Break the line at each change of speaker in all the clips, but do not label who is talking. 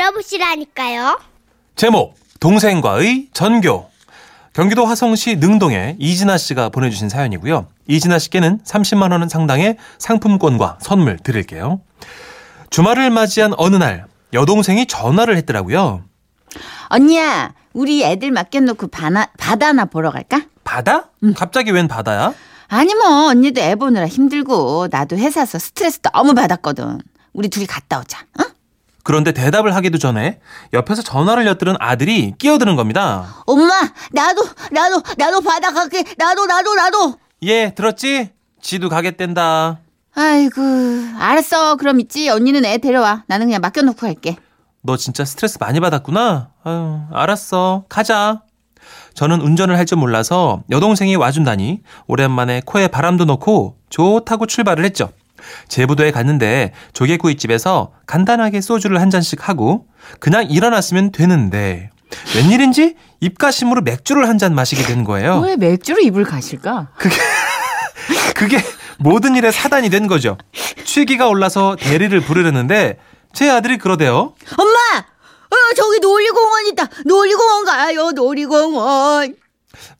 알아보시라니까요.
제목 동생과의 전교 경기도 화성시 능동에 이진아 씨가 보내주신 사연이고요. 이진아 씨께는 30만 원 상당의 상품권과 선물 드릴게요. 주말을 맞이한 어느 날 여동생이 전화를 했더라고요.
언니야, 우리 애들 맡겨놓고 바나, 바다나 보러 갈까?
바다? 갑자기 웬 바다야?
아니 뭐 언니도 애 보느라 힘들고 나도 회사에서 스트레스 너무 받았거든. 우리 둘이 갔다 오자. 어? 응?
그런데 대답을 하기도 전에 옆에서 전화를 엿들은 아들이 끼어드는 겁니다.
엄마, 나도 나도 나도 바다 갈게. 나도 나도 나도.
예, 들었지? 지도 가겠댄다.
아이고, 알았어. 그럼 있지. 언니는 애 데려와. 나는 그냥 맡겨놓고 갈게.
너 진짜 스트레스 많이 받았구나. 아유, 알았어. 가자. 저는 운전을 할 줄 몰라서 여동생이 와준다니 오랜만에 코에 바람도 넣고 좋다고 출발을 했죠. 제부도에 갔는데 조개구이집에서 간단하게 소주를 한 잔씩 하고 그냥 일어났으면 되는데 웬일인지 입가심으로 맥주를 한 잔 마시게 된 거예요.
어. 왜 맥주로 입을 가실까?
그게 모든 일에 사단이 된 거죠. 취기가 올라서 대리를 부르려는데 제 아들이 그러대요.
엄마, 어 저기 놀이공원 있다. 놀이공원 가요. 놀이공원.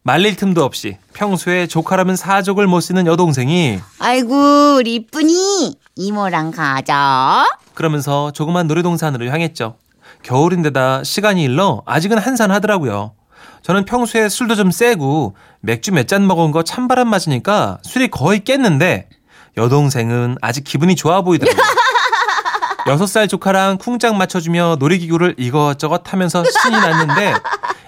말릴 틈도 없이 평소에 조카라면 사족을 못 쓰는 여동생이
아이고, 우리 이쁜이 이모랑 가자.
그러면서 조그만 놀이동산으로 향했죠. 겨울인데다 시간이 일러 아직은 한산하더라고요. 저는 평소에 술도 좀 세고 맥주 몇 잔 먹은 거 찬바람 맞으니까 술이 거의 깼는데 여동생은 아직 기분이 좋아 보이더라고요. 여섯 살 조카랑 쿵짝 맞춰주며 놀이기구를 이것저것 타면서 신이 났는데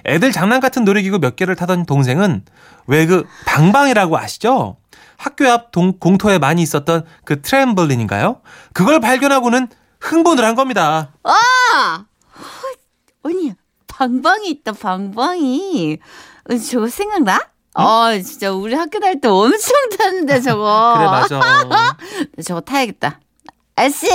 애들 장난 같은 놀이기구 몇 개를 타던 동생은 왜 그 방방이라고 아시죠? 학교 앞 동- 공터에 많이 있었던 그 트램블린인가요? 그걸 발견하고는 흥분을 한 겁니다.
아, 언니 방방이 있다 방방이 어, 저거 생각나? 아 진짜 우리 학교 다닐 때 엄청 탔는데 저거 네,
그래 맞아.
저거 타야겠다 아씨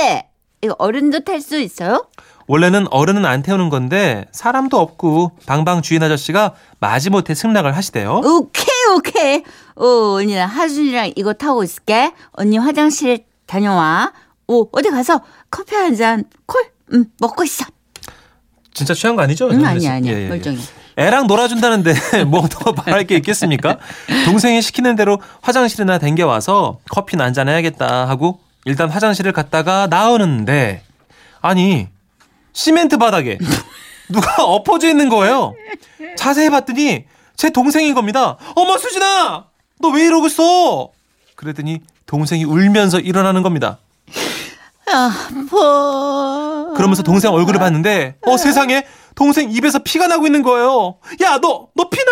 이거 어른도 탈 수 있어요?
원래는 어른은 안 태우는 건데 사람도 없고 방방 주인 아저씨가 마지못해 승낙을 하시대요.
음. 오케이 오케이 오 언니랑 하준이랑 이거 타고 있을게 언니 화장실 다녀와 오 어디 가서 커피 한잔콜 음, 먹고 있어
진짜 취한 거 아니죠?
응
정선
음, 아니야
씨?
아니야
예, 예, 예.
멀쩡해
애랑 놀아준다는데 뭐 더 말할 게 있겠습니까? 동생이 시키는 대로 화장실이나 댕겨와서 커피나 한잔 해야겠다 하고 일단 화장실을 갔다가 나오는데 아니 시멘트 바닥에 누가 엎어져 있는 거예요. 자세히 봤더니 제 동생인 겁니다. 어머 수진아 너 왜 이러고 있어? 그랬더니 동생이 울면서 일어나는 겁니다.
아파
그러면서 동생 얼굴을 봤는데 어 세상에 동생 입에서 피가 나고 있는 거예요. 야 너 너 피나.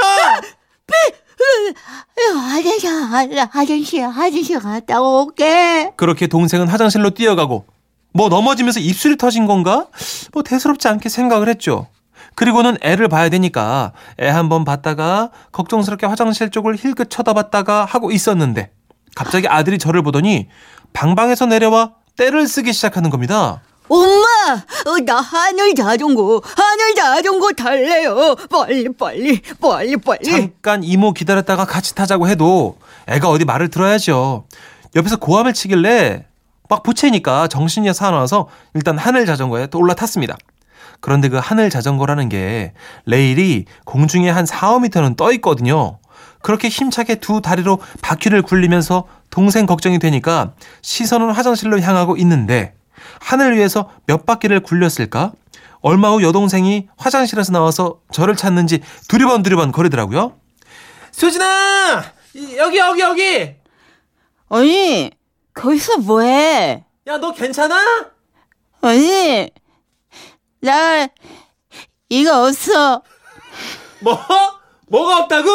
화장실, 화장실, 화장실 갔다 올게.
그렇게 동생은 화장실로 뛰어가고 뭐 넘어지면서 입술이 터진 건가? 뭐 대수롭지 않게 생각을 했죠. 그리고는 애를 봐야 되니까 애 한 번 봤다가 걱정스럽게 화장실 쪽을 힐끗 쳐다봤다가 하고 있었는데 갑자기 아들이 저를 보더니 방방에서 내려와 때를 쓰기 시작하는 겁니다.
엄마, 어, 나 하늘 자전거, 하늘 자전거 탈래요. 빨리, 빨리, 빨리, 빨리.
잠깐 이모 기다렸다가 같이 타자고 해도 애가 어디 말을 들어야죠. 옆에서 고함을 치길래 막 보채니까 정신이 사나워서 일단 하늘 자전거에 또 올라탔습니다. 그런데 그 하늘 자전거라는 게 레일이 공중에 한 4, 5미터는 떠 있거든요. 그렇게 힘차게 두 다리로 바퀴를 굴리면서 동생 걱정이 되니까 시선은 화장실로 향하고 있는데 하늘 위에서 몇 바퀴를 굴렸을까? 얼마 후 여동생이 화장실에서 나와서 저를 찾는지 두리번두리번 거리더라고요. 수진아! 여기 여기 여기!
아니, 거기서 뭐해?
야 너 괜찮아?
아니, 나, 이거 없어.
뭐? 뭐가 없다고?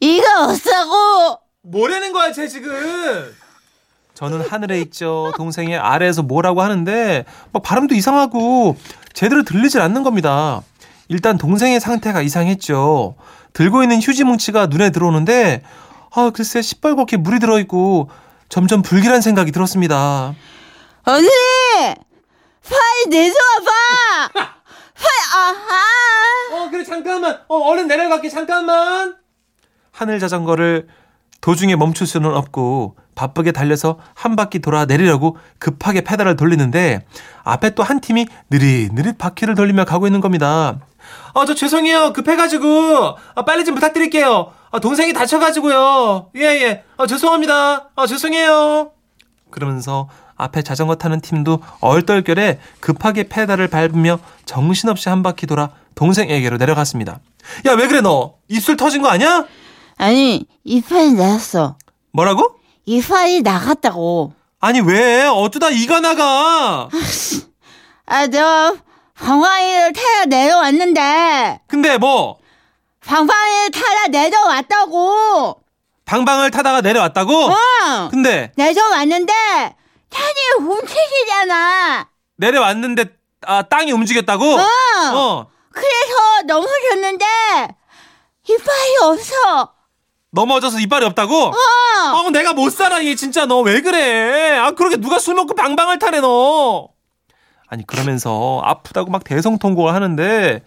이거 없다고.
뭐라는 거야, 쟤 지금? 저는 하늘에 있죠. 동생이 아래에서 뭐라고 하는데 막 발음도 이상하고 제대로 들리질 않는 겁니다. 일단 동생의 상태가 이상했죠. 들고 있는 휴지 뭉치가 눈에 들어오는데 아, 글쎄 시뻘겋게 물이 들어 있고 점점 불길한 생각이 들었습니다.
언니! 파일 내줘봐! 파일, 아하!
어, 그래 잠깐만. 어, 얼른 내려갈게. 잠깐만. 하늘 자전거를 도중에 멈출 수는 없고 바쁘게 달려서 한 바퀴 돌아 내리려고 급하게 페달을 돌리는데 앞에 또 한 팀이 느릿느릿 바퀴를 돌리며 가고 있는 겁니다. 아, 저 죄송해요. 급해가지고. 아, 빨리 좀 부탁드릴게요. 아, 동생이 다쳐가지고요. 예, 예. 아, 죄송합니다. 아, 죄송해요. 그러면서 앞에 자전거 타는 팀도 얼떨결에 급하게 페달을 밟으며 정신없이 한 바퀴 돌아 동생에게로 내려갔습니다. 야, 왜 그래, 너? 입술 터진 거 아니야?
아니, 이파이 나갔어.
뭐라고?
이파이 나갔다고.
아니, 왜? 어쩌다 이가 나가?
아, 내가 방방이를 타야 내려왔는데,
근데 뭐,
방방이를 타야 내려왔다고!
방방을 타다가 내려왔다고?
어!
근데,
내려왔는데, 탄이 움직이잖아!
내려왔는데, 아, 땅이 움직였다고?
어!
어.
그래서 넘어졌는데, 이파이 없어!
넘어져서 이빨이 없다고?
어!
아, 내가 못 살아, 얘 진짜 너 왜 그래? 아, 그러게 누가 술 먹고 방방을 타네, 너. 아니, 그러면서 아프다고 막 대성통곡을 하는데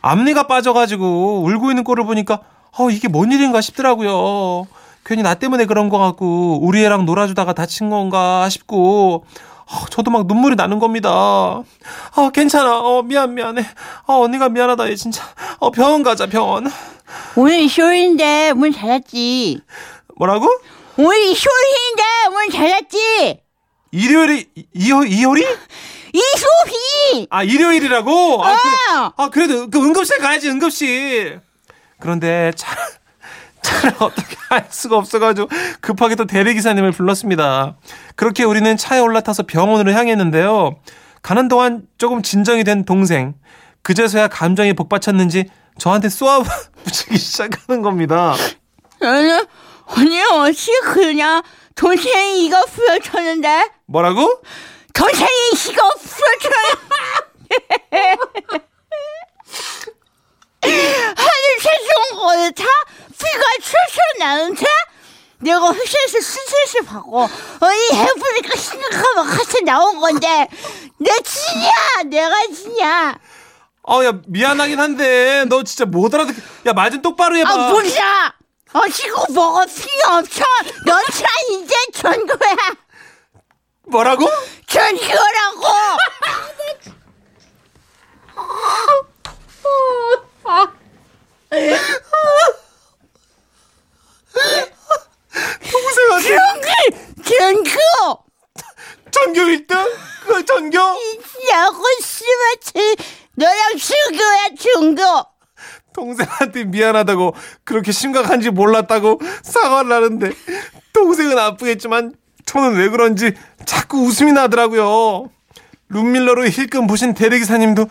앞니가 빠져가지고 울고 있는 꼴을 보니까 어, 이게 뭔 일인가 싶더라고요. 괜히 나 때문에 그런 거 같고 우리 애랑 놀아주다가 다친 건가 싶고 어, 저도 막 눈물이 나는 겁니다. 아, 괜찮아. 어, 미안, 미안해. 아, 언니가 미안하다, 얘 진짜. 어, 병원 가자, 병원.
오늘 쇼인데, 문 닫았지.
뭐라고?
오늘 쇼인데, 문 닫았지!
일요일이, 이- 이효, 이효리?
이소희!
아 일요일이라고? 아, 그래,
어!
아 그래도 그 응급실 가야지 응급실. 그런데 차 차를 어떻게 할 수가 없어가지고 급하게 또 대리기사님을 불렀습니다. 그렇게 우리는 차에 올라타서 병원으로 향했는데요. 가는 동안 조금 진정이 된 동생 그제서야 감정이 복받쳤는지 저한테 쏘아붙이기 시작하는 겁니다.
나는, 언니, 어찌 그냥, 동생이 이거 부여쳤는데?
뭐라고?
동생이 이거 부여쳤는데? 하늘 세종 거차 피가 출출 나는데? 내가 회사에서 수술실 받고, 어이 해보니까 심각하면 같이 나온 건데, 내 진이야! 내가 진이야!
어 야 미안하긴 한데 너 진짜 못 알아듣. 야 말 좀 똑바로 해봐.
아, 몰라! 아, 지금 뭐가 필요 없어! 너차 이제 전 거야!
뭐라고?
전 거라고!
동생한테
전 거!
전교 1등? 그 전교?
야구 씨마치 너랑 친구야, 친구!
동생한테 미안하다고 그렇게 심각한지 몰랐다고 사과를 하는데 동생은 아프겠지만 저는 왜 그런지 자꾸 웃음이 나더라고요. 룸밀러로 힐끔 보신 대리기사님도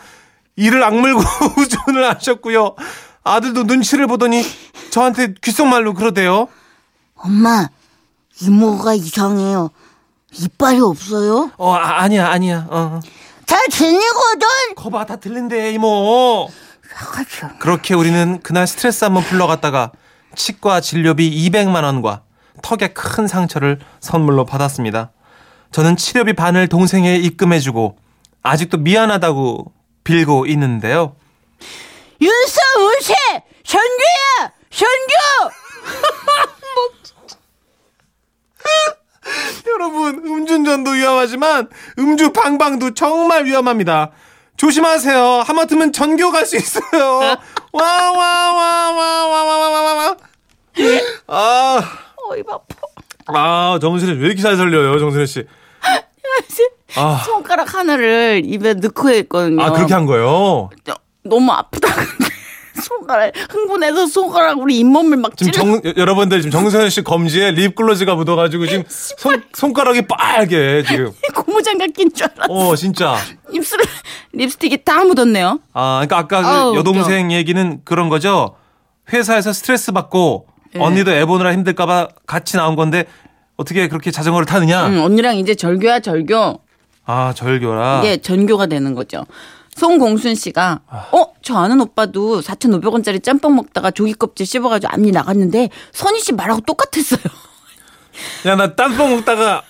이를 악물고 우존을 하셨고요. 아들도 눈치를 보더니 저한테 귓속말로 그러대요.
엄마, 이모가 이상해요. 이빨이 없어요?
어 아, 니야 아니야. 어.
다 지니거든!
거봐 다 들린대 이모. 그렇게 우리는 그날 스트레스 한번 풀러갔다가 치과 진료비 200만 원과 턱에 큰 상처를 선물로 받았습니다. 저는 치료비 반을 동생에 입금해주고 아직도 미안하다고 빌고 있는데요.
윤서 우세! 전규야! 전규!
여러분 음주운전도 위험하지만 음주 방방도 정말 위험합니다. 조심하세요. 하마터면 전교 갈 수 있어요. 와 와 와 와 와 와 와 와와 아,
어이, 바빠.
아 정순혜 왜 이렇게 잘 살려요, 정순혜 씨? 아,
손가락 하나를 입에 넣고 했거든요.
아 그렇게 한 거예요.
너- 너무 아프다. 손가락 흥분해서 손가락 우리 잇몸을 막
지금
찔러.
정 여- 여러분들 지금 정선혜 씨 검지에 립글로즈가 묻어가지고 지금 손 손가락이 빨개 지금.
고무장갑 낀 줄 알았어.
어 진짜.
입술 립스틱이 다 묻었네요.
아 그러니까 아까 그
아우,
여동생 얘기는 그런 거죠. 회사에서 스트레스 받고
예.
언니도 애 보느라 힘들까봐 같이 나온 건데 어떻게 그렇게 자전거를 타느냐.
응, 언니랑 이제 절교야 절교.
아 절교라.
이게 예, 전교가 되는 거죠. 송공순 씨가 어? 저 아는 오빠도 4,500원짜리 짬뽕 먹다가 조기 껍질 씹어가지고 앞니 나갔는데 선희 씨 말하고 똑같았어요.
야 나 땀뽕 먹다가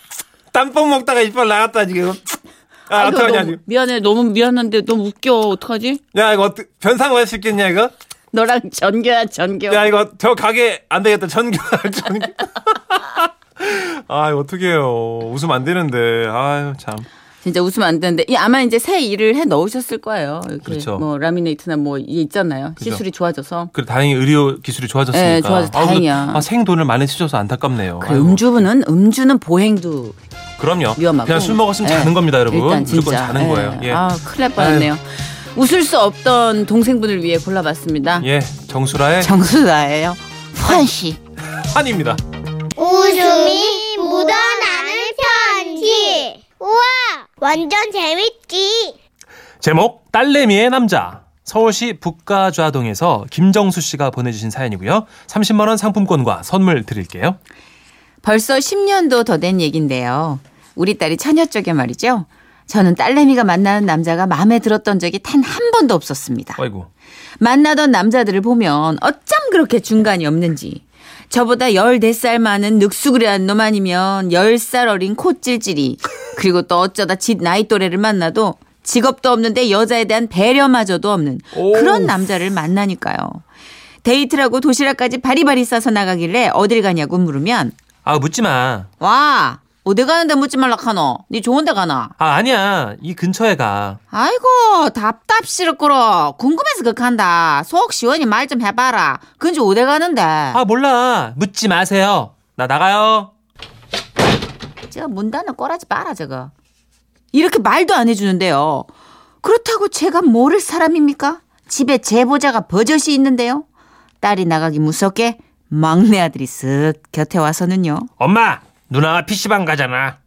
땀뽕 먹다가 이빨 나갔다 지금. 아
아이고,
어떡하냐
너무
지금.
미안해 너무 미안한데 너무 웃겨 어떡하지?
야 이거 어떻게 변상 할수 있겠냐 이거.
너랑 전교야 전교.
야 이거 저 가게 안 되겠다 전교 전교. 아 어떡해요 웃으면 안 되는데 아유 참
진짜 웃으면 안 되는데 이 아마 이제 새 일을 해 넣으셨을 거예요. 이렇게
그렇죠.
뭐 라미네이트나 뭐 이게 있잖아요.
그죠.
시술이 좋아져서.
그래 다행히 의료 기술이 좋아졌으니까
네, 좋아져서
아, 근데-
다행이야.
아, 생돈을 많이 쓰셔서 안타깝네요
그래,
아이고.
음주부는 음주는 보행도
그럼요
위험하고.
그냥 술 먹었으면
예.
자는 겁니다 여러분
일단 진짜
무조건 자는
예.
거예요 예.
아 큰일 날 뻔했네요. 웃을 수 없던 동생분을 위해 골라봤습니다.
예 정수라의
정수다예요.
환씨.
한입니다
웃음이 묻어나는 편지. 우와, 완전 재밌지.
제목 딸내미의 남자 서울시 북가좌동에서 김정수 씨가 보내주신 사연이고요 30만 원 상품권과 선물 드릴게요
벌써 10년도 더 된 얘긴데요. 우리 딸이 처녀 쪽에 말이죠. 저는 딸내미가 만나는 남자가 마음에 들었던 적이 단 한 번도 없었습니다.
아이고
만나던 남자들을 보면 어쩜 그렇게 중간이 없는지. 저보다 14살 많은 늑수그레한 놈 아니면 10살 어린 코찔찔이. 그리고 또 어쩌다 지 나이 또래를 만나도 직업도 없는데 여자에 대한 배려마저도 없는
오.
그런 남자를 만나니까요. 데이트라고 도시락까지 바리바리 싸서 나가길래 어딜 가냐고 물으면
아 묻지마
와 어디 가는데 묻지 말라 카노 니 좋은 데 가나
아 아니야 이 근처에 가
아이고 답답시럽구러 궁금해서 극한다 속 시원히 말 좀 해봐라 근데 어디 가는데
아 몰라 묻지 마세요 나 나가요
저문 닫는 꼬라지 마라 저거 이렇게 말도 안 해주는데요 그렇다고 제가 모를 사람입니까 집에 제보자가 버젓이 있는데요 딸이 나가기 무섭게 막내 아들이 쓱 곁에 와서는요
엄마 누나 PC방 가잖아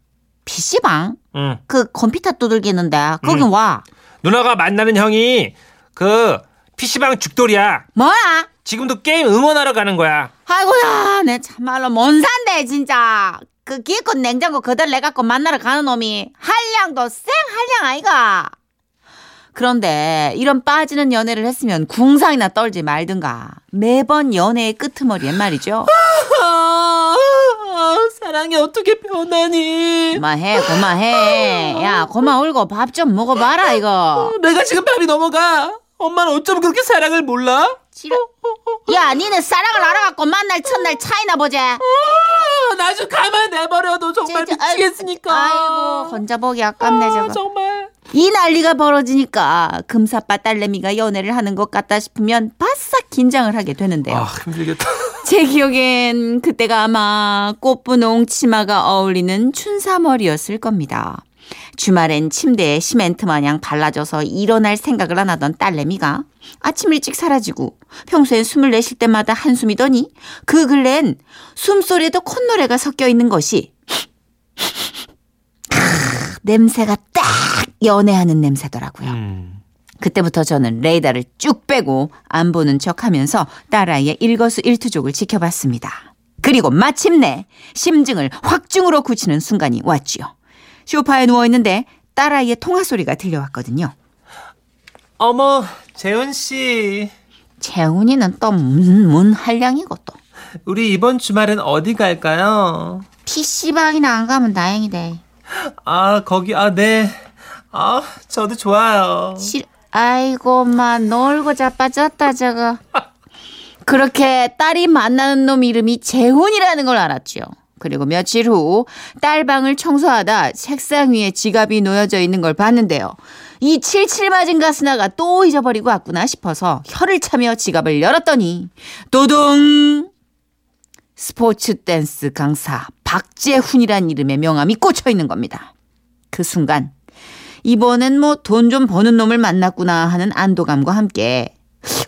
PC방
응
그 컴퓨터 두들기는데 거긴
음.
와
누나가 만나는 형이 그 PC방 죽돌이야
뭐야
지금도 게임 응원하러 가는 거야
아이고야, 내 참말로 몬산데 진짜. 그 기껏 냉장고 그대로 내갖고 만나러 가는 놈이 한량도 쌩 한량 아이가. 그런데 이런 빠지는 연애를 했으면 궁상이나 떨지 말든가. 매번 연애의 끄트머리엔 말이죠.
아,
사랑이 어떻게 변하니?
고마해, 고마해. 야, 고마 울고 밥 좀 먹어봐라 이거.
내가 지금 밤이 넘어가. 엄마는 어쩜 그렇게 사랑을 몰라?
지랄. 야, 니네 사랑을 알아갖고 만날 첫날 차이나 보자.
아, 나 좀 가만 내버려도 정말
진짜, 아이,
어, 미치겠으니까.
아이고, 혼자 보기 아깝네 저거.
정말.
이 난리가 벌어지니까 금사빠 딸내미가 연애를 하는 것 같다 싶으면 바싹 긴장을 하게 되는데요.
아 힘들겠다
제 기억엔 그때가 아마 꽃분홍 치마가 어울리는 춘사머리였을 겁니다. 주말엔 침대에 시멘트 마냥 발라져서 일어날 생각을 안 하던 딸내미가 아침 일찍 사라지고 평소엔 숨을 내쉴 때마다 한숨이더니 그 근래엔 숨소리에도 콧노래가 섞여 있는 것이 크, 냄새가 딱 연애하는 냄새더라고요.
음.
그때부터 저는 레이더를 쭉 빼고 안 보는 척 하면서 딸아이의 일거수일투족을 지켜봤습니다. 그리고 마침내 심증을 확증으로 굳히는 순간이 왔지요. 쇼파에 누워있는데 딸아이의 통화 소리가 들려왔거든요.
어머 재훈 씨
재훈이는 또 문, 문 한량이고 또.
우리 이번 주말엔 어디 갈까요?
PC방이나 안 가면 다행이다.
아 거기 아 네. 아 저도 좋아요.
실- 아이고 마 놀고 자빠졌다 저거 그렇게 딸이 만나는 놈 이름이 재훈이라는 걸 알았지요 그리고 며칠 후 딸방을 청소하다 책상 위에 지갑이 놓여져 있는 걸 봤는데요 이 칠칠 맞은 가스나가 또 잊어버리고 왔구나 싶어서 혀를 차며 지갑을 열었더니 도둥 스포츠 댄스 강사 박재훈이란 이름의 명함이 꽂혀 있는 겁니다 그 순간 이번엔 뭐 돈 좀 버는 놈을 만났구나 하는 안도감과 함께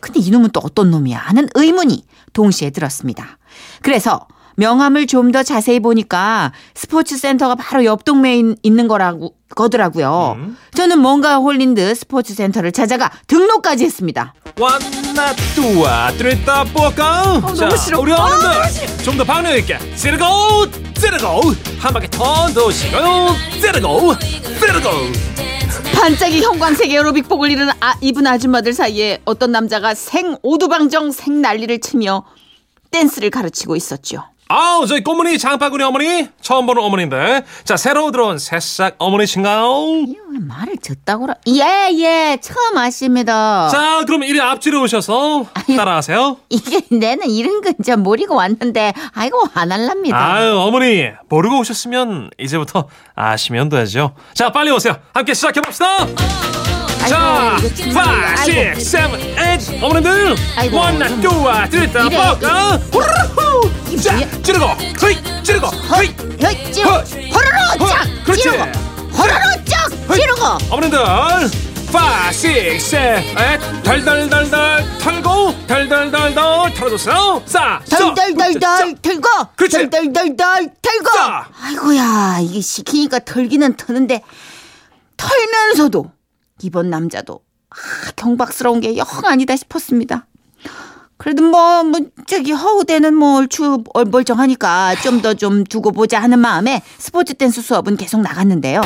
근데 이놈은 또 어떤 놈이야 하는 의문이 동시에 들었습니다. 그래서 명함을 좀 더 자세히 보니까 스포츠 센터가 바로 옆 동네에 있- 있는 거라고 거더라고요. 저는 뭔가 홀린 듯 스포츠 센터를 찾아가 등록까지 했습니다.
원나 뚜와 뚜레따 뽀까.
너무 아, 싫어.
우리 어른들 좀 더 방력 있게. 쓰르고 쓰르고 한 바퀴 더더 쉬고 쓰르고 쓰르고.
반짝이 형광색의 로빅복을 입은, 아, 입은 아줌마들 사이에 어떤 남자가 생 오두방정 생 난리를 치며 댄스를 가르치고 있었죠.
아우 저희 꽃무늬 장바구니 어머니 처음 보는 어머니인데 자 새로 들어온 새싹 어머니신가요?
이거 왜 말을 듣다고라? 예, 예, 처음 아십니다.
자 그럼 이리 앞뒤로 오셔서 따라하세요
이게 내는 이런 건저 모르고 왔는데, 아이고, 안 할랍니다.
아유 어머니 모르고 오셨으면 이제부터 아시면 되죠 자 빨리 오세요 함께 시작해봅시다 자, 5, 6, 7, 8 어머님들
아이고,
원나
좀-
두와 뜨다
이래,
뻑까 후루루 아, 자
뭐야?
찌르고 클릭 찌르고 클릭
여, 찌
헛!
호로로
헛!
쫙!
그렇지.
어, 찌르고! 호로로 쫙! 찌르고!
어머님들 5, 6, 7, 8 덜덜덜덜 털고 덜덜덜덜 털어줬어요 싸 쏘,
덜덜덜덜
자,
털고!
그렇지.
덜덜덜덜 털고!
자.
아이고야, 이게 시키니까 털기는 터는데, 털면서도, 이번 남자도, 아, 경박스러운 게 영 아니다 싶었습니다. 그래도 뭐, 뭐, 저기, 허우대는 뭐, 얼추 멀쩡하니까 좀 더 좀 두고 보자 하는 마음에 스포츠 댄스 수업은 계속 나갔는데요.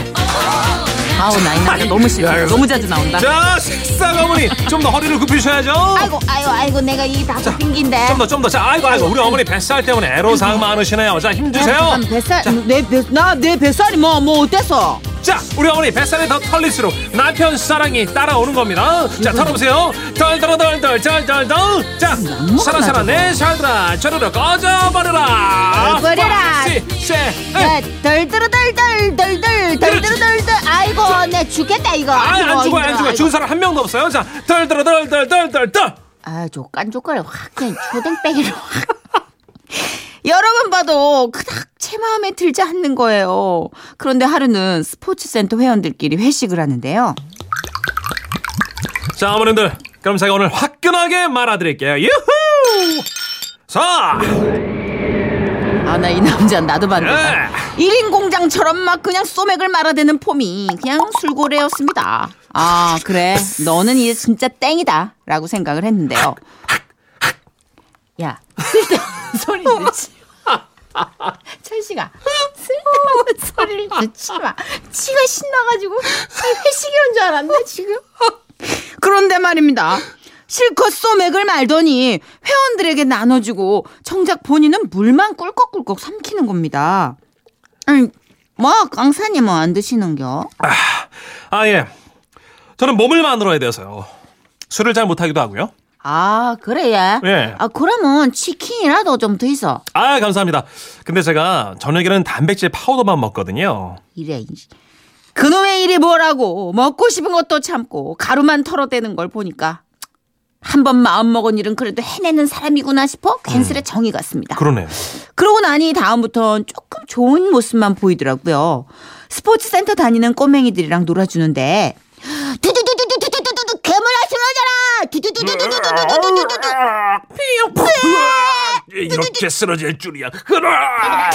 아우, 나이 나이 너무 싫어. 너무 자주 나온다.
자 식사 어머니 좀 더 허리를 굽히셔야죠
아이고, 아이고, 아이고, 내가 이게 다 핑긴데.
좀 더 좀 더 자 아이고 아이고 우리 어머니 뱃살 때문에
음.
애로사항 많으시네요 자 힘주세요
잠깐, 뱃살, 내, 뱃, 나, 내 뱃살이 뭐, 뭐, 어때서?
자 우리 어머니 뱃살이 더 털릴수록 남편 사랑이 따라오는 겁니다 자 털어보세요 덜덜덜덜 덜덜덜 자 사랑사랑 네, 내 샬드라 저르르 꺼져버려라
꺼져버려라. 네.
세
야, 덜덜덜덜덜덜, 덜덜덜덜. 아이고, 내 죽겠다, 이거.
아안
아이고,
죽어요 안
힘들어,
죽어요
아이고.
죽은 사람 한 명도 없어요 자 덜덜덜덜덜덜
아, 조깐조깐을 확, 그냥 초등빼기로 확. 여러분 봐도 그닥 제 마음에 들지 않는 거예요. 그런데 하루는 스포츠센터 회원들끼리 회식을 하는데요.
자 어머님들 그럼 제가 오늘 화끈하게 말아드릴게요 유후 자
아, 나 이 남자 나도
예.
반대다. 1인 공장처럼 막 그냥 소맥을 말아대는 폼이 그냥 술고래였습니다. 아, 그래. 너는 이제 진짜 땡이다. 라고 생각을 했는데요. 야, 쓸데없는 소리 내지. 철씨가 쓸데없는 소리를 듣지 마. 치가 신나가지고 회식이 온 줄 알았네, 지금. 그런데 말입니다. 실컷 소맥을 말더니 회원들에게 나눠주고 정작 본인은 물만 꿀꺽꿀꺽 삼키는 겁니다. 아니, 뭐 강사님은 안 드시는겨?
아, 예. 저는 몸을 만들어야 돼서요. 술을 잘 못하기도 하고요.
아 그래 예.
예.
아 그러면 치킨이라도 좀 드셔.
아, 감사합니다. 근데 제가 저녁에는 단백질 파우더만 먹거든요.
이래. 이 씨. 그놈의 일이 뭐라고 먹고 싶은 것도 참고 가루만 털어대는 걸 보니까 한 번 마음 먹은 일은 그래도 해내는 사람이구나 싶어 괜스레 정이 갔습니다.
그러네요.
그러고 나니 다음부턴 조금 좋은 모습만 보이더라고요. 스포츠 센터 다니는 꼬맹이들이랑 놀아주는데 두두두두두두두두두 괴물 아시러져라 두두두두두두두두두두
아, 이렇게 쓰러질 줄이야. 그라!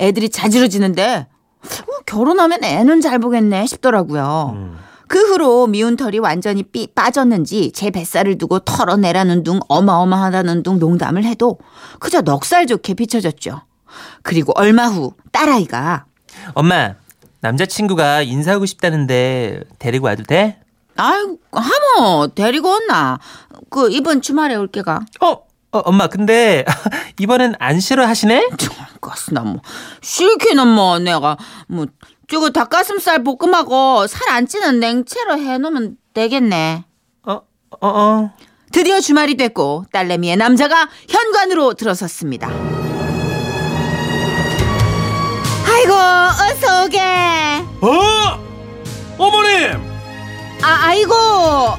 애들이 자지러지는데 어, 결혼하면 애는 잘 보겠네 싶더라고요. 그 후로 미운 털이 완전히 삐 빠졌는지 제 뱃살을 두고 털어내라는 둥 어마어마하다는 둥 농담을 해도 그저 넉살 좋게 비춰졌죠. 그리고 얼마 후 딸아이가
엄마, 남자친구가 인사하고 싶다는데 데리고 와도 돼?
아유, 하모 데리고 온나. 그 이번 주말에 올 게가.
어, 엄마, 근데 이번엔 안 싫어하시네?
가스나 뭐 싫기는 뭐 내가 뭐 저거 닭가슴살 볶음하고 살 안 찌는 냉채로 해놓으면 되겠네.
어, 어, 어.
드디어 주말이 됐고 딸내미의 남자가 현관으로 들어섰습니다. 아이고 어서 오게.
어! 어머님!
아 아이고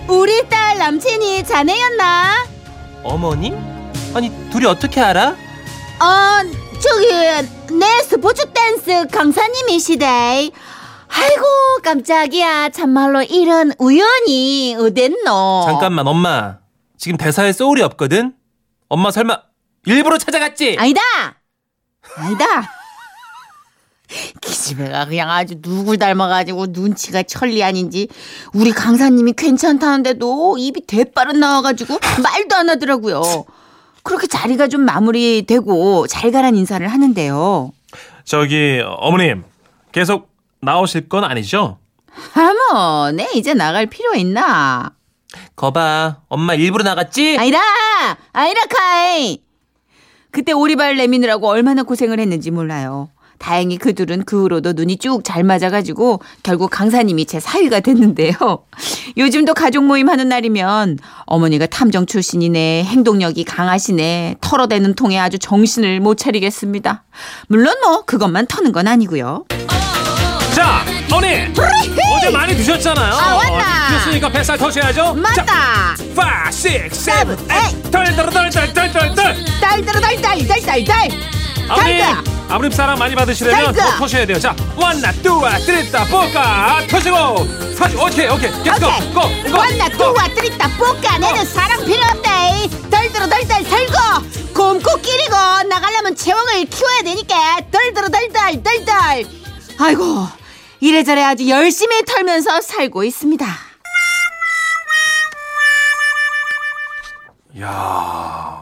우리 딸 남친이 자네였나?
어머님? 아니, 둘이 어떻게 알아?
어, 저기, 내 스포츠 댄스 강사님이시대. 아이고, 깜짝이야. 참말로 이런 우연이 어딨노.
잠깐만 엄마 지금 대사에 소울이 없거든 엄마 설마 일부러 찾아갔지
아니다! 아니다! 기집애가 그냥 아주 누굴 닮아가지고 눈치가 천리 아닌지 우리 강사님이 괜찮다는데도 입이 대빠른 나와가지고 말도 안 하더라고요. 그렇게 자리가 좀 마무리되고 잘 가란 인사를 하는데요.
저기 어머님 계속 나오실 건 아니죠
네, 아뭐, 내 이제 나갈 필요 있나?
거봐, 엄마 일부러 나갔지?
아이라! 아이라 카이! 그때 오리발 내미느라고 얼마나 고생을 했는지 몰라요. 다행히 그 둘은 그 후로도 눈이 쭉 잘 맞아가지고 결국 강사님이 제 사위가 됐는데요. 요즘도 가족 모임 하는 날이면 어머니가 탐정 출신이네, 행동력이 강하시네, 털어대는 통에 아주 정신을 못 차리겠습니다. 물론 뭐 그것만 터는 건 아니고요.
자, 언니! 어제 많이 드셨잖아요.
아, 왔다.
어, 드셨으니까 뱃살 터셔야죠. 자,
맞다!
5, 6, 7, 8. 덜덜덜덜덜덜.
딸들아 딸딸딸딸딸!
아버님,
잘했다.
아버님 사랑 많이 받으시려면 더
잘했다.
터셔야 돼요. 자, 원나, 뚜와, 쓰리따, 뽀까, 터지고. 사주, 오케이, 오케이. 렛츠 고,
오케이.
고, 고,
왔나
고.
또와 뜨리다 뽀까 내는 사랑 필요 없다 이. 덜들어 덜덜 털고 곰고 끼리고 나가려면 체형을 키워야 되니까 덜들어 덜덜 덜덜 아이고 이래저래 아주 열심히 털면서 살고 있습니다
야,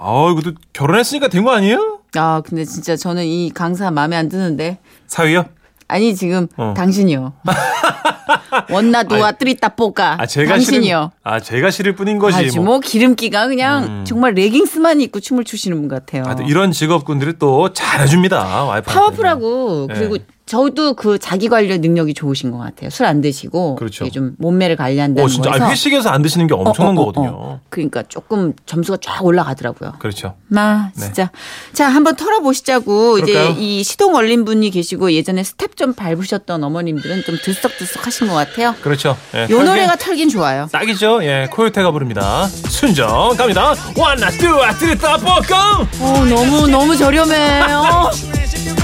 아, 이거 또 결혼했으니까 된 거 아니에요?
아 근데 진짜 저는 이 강사 마음에 안 드는데
사위요?
아니 지금
어.
당신이요 원나 도와 뜨리다 뽀까
아, 제가 싫은, 아, 제가 싫을 뿐인 거지.
아주
뭐. 음.
뭐 기름기가 그냥 정말 레깅스만 입고 춤을 추시는 분 같아요.
아, 또 이런 직업군들이 또 잘해줍니다. 와이프.
파워풀하고 그리고
네.
저도 그 자기 관리 능력이 좋으신 것 같아요. 술 안 드시고
그렇죠.
이게 좀 몸매를 관리한다는
오, 진짜.
거에서
아, 회식에서 안 드시는 게
어,
엄청난
어, 어,
거거든요.
어. 그러니까 조금 점수가 쫙 올라가더라고요.
그렇죠.
마
네.
진짜 자 한번 털어보시자고
그럴까요?
이제 이 시동 얼린 분이 계시고 예전에 스텝 좀 밟으셨던 어머님들은 좀 들썩들썩하신 것 같아요.
그렇죠. 예,
요
털기
노래가 털긴 좋아요.
딱이죠. 예, 코요태가 부릅니다. 순정 갑니다. 원나, 뚜와, 쓰리따, 뽀까.
어 너무 너무 저렴해. 어.